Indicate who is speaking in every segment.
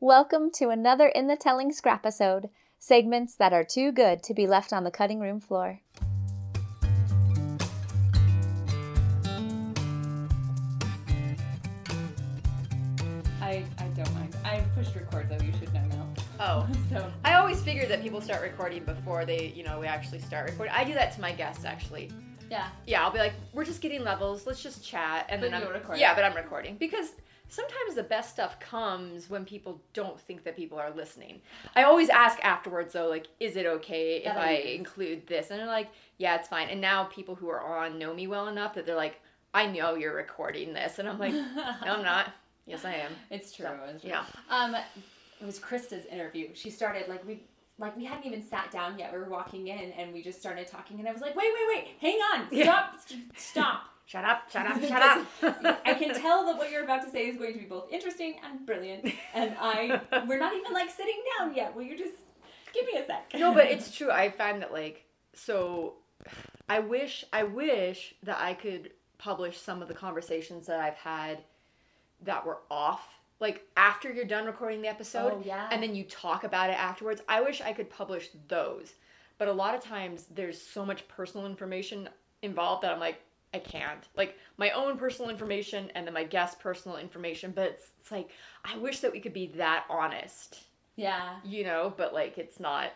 Speaker 1: Welcome to another In the Telling Scrap episode, segments that are too good to be left on the cutting room floor.
Speaker 2: I, I don't mind. I pushed record though. You should know now.
Speaker 3: Oh.
Speaker 2: So
Speaker 3: I always figure that people start recording before they, you know, we actually start recording. I do that to my guests actually.
Speaker 2: yeah,
Speaker 3: Yeah, I'll be like, we're just getting levels. Let's just chat, and
Speaker 2: But
Speaker 3: then
Speaker 2: you'll
Speaker 3: I'm
Speaker 2: record.
Speaker 3: Yeah, but I'm recording because sometimes the best stuff comes when people don't think that people are listening. I always ask afterwards though, like, is it okay if
Speaker 2: That
Speaker 3: I
Speaker 2: I use.
Speaker 3: include this? And they're like, yeah, it's fine. And now people who are on know me well enough that they're like, I know you're recording this, and I'm like, no, I'm not. Yes, I am.
Speaker 2: it's true. it's true.
Speaker 3: Yeah.
Speaker 2: Um, it was Krista's interview. She started like we like we hadn't even sat down yet. We were walking in and we just started talking, and I was like, wait, wait, wait, hang on,
Speaker 3: Yeah.
Speaker 2: stop, st- stop.
Speaker 3: Shut up! Shut up! Shut up!
Speaker 2: I can tell that what you're about to say is going to be both interesting and brilliant, and I we're not even like sitting down yet. Will you just give me a sec?
Speaker 3: no, but it's true. I find that like so I wish I wish that I could publish some of the conversations that I've had that were off. Like after you're done recording the episode
Speaker 2: Oh, yeah.
Speaker 3: and then you talk about it afterwards. I wish I could publish those. But a lot of times there's so much personal information involved that I'm like I can't. Like my own personal information and then my guest personal information, but it's, it's like I wish that we could be that honest
Speaker 2: yeah.
Speaker 3: you know, but like it's not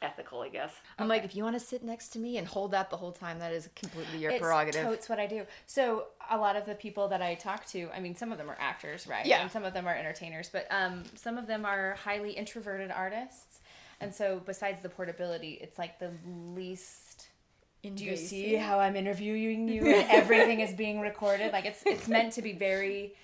Speaker 3: ethical, I guess. I'm like, if you want to sit next to me and hold that the whole time, that is completely your prerogative.
Speaker 4: It's what I do. So a lot of the people that I talk to, I mean, some of them are actors, right?
Speaker 3: Yeah.
Speaker 4: And some of them are entertainers, but um, some of them are highly introverted artists. And so, besides the portability, it's like the least. Do you see how I'm interviewing you? And everything is being recorded. Like it's it's meant to be very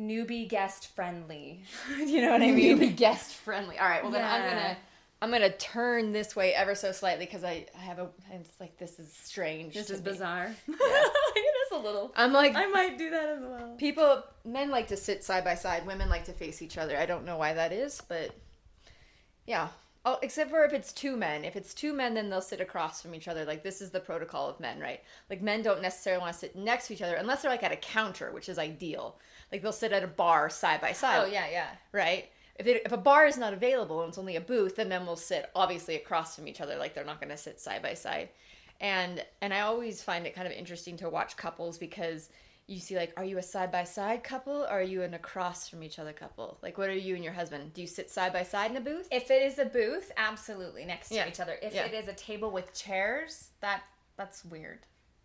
Speaker 4: newbie guest friendly. you know what I mean?
Speaker 3: be guest friendly. All right, well then I'm
Speaker 4: Yeah.
Speaker 3: gonna I'm gonna turn this way ever so slightly because I, I have a it's like this is strange.
Speaker 4: This
Speaker 3: to
Speaker 4: is
Speaker 3: me.
Speaker 4: bizarre. it is a little.
Speaker 3: I'm like
Speaker 4: I might do that as well.
Speaker 3: people men like to sit side by side, women like to face each other. I don't know why that is, but yeah. Oh, except for if it's two men. If it's two men, then they'll sit across from each other. Like this is the protocol of men, right? Like men don't necessarily want to sit next to each other unless they're like at a counter, which is ideal. Like they'll sit at a bar side by side
Speaker 4: Oh yeah, yeah.
Speaker 3: right? If, it, if a bar is not available and it's only a booth, then men will sit obviously across from each other, like they're not going to sit side by side. And and I always find it kind of interesting to watch couples because you see like, are you a side by side couple? Or are you an across from each other couple? Like, what are you and your husband? Do you sit side by side in a booth?
Speaker 4: If it is a booth, absolutely next to
Speaker 3: Yeah.
Speaker 4: each other. If
Speaker 3: Yeah.
Speaker 4: it is a table with chairs, that that's weird.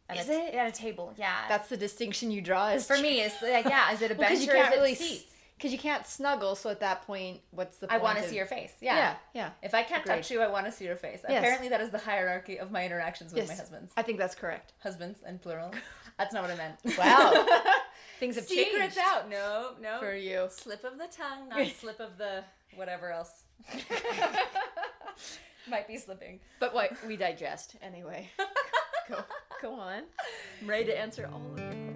Speaker 4: At
Speaker 3: Is
Speaker 4: a,
Speaker 3: it?
Speaker 4: at a table? Yeah.
Speaker 3: That's the distinction you draw. Is
Speaker 4: for me. Is like, yeah. Is it a bench
Speaker 3: because you
Speaker 4: or is
Speaker 3: can't
Speaker 4: it
Speaker 3: really
Speaker 4: seats?
Speaker 3: because you can't snuggle. So at that point, what's the?
Speaker 4: I
Speaker 3: point
Speaker 4: want to
Speaker 3: of-
Speaker 4: see your face. Yeah.
Speaker 3: Yeah, yeah.
Speaker 4: If I can't
Speaker 3: Agreed.
Speaker 4: touch you, I want to see your face.
Speaker 3: Yes.
Speaker 4: Apparently, that is the hierarchy of my interactions with
Speaker 3: Yes.
Speaker 4: my husbands.
Speaker 3: I think that's correct.
Speaker 4: Husbands and plural. That's not what I meant.
Speaker 3: Wow, things have
Speaker 4: Secrets
Speaker 3: changed
Speaker 4: out. No, no.
Speaker 3: for you.
Speaker 4: Slip of the tongue, not slip of the whatever else. Might be slipping.
Speaker 3: But what we digest anyway. go, go on. I'm ready to answer all of your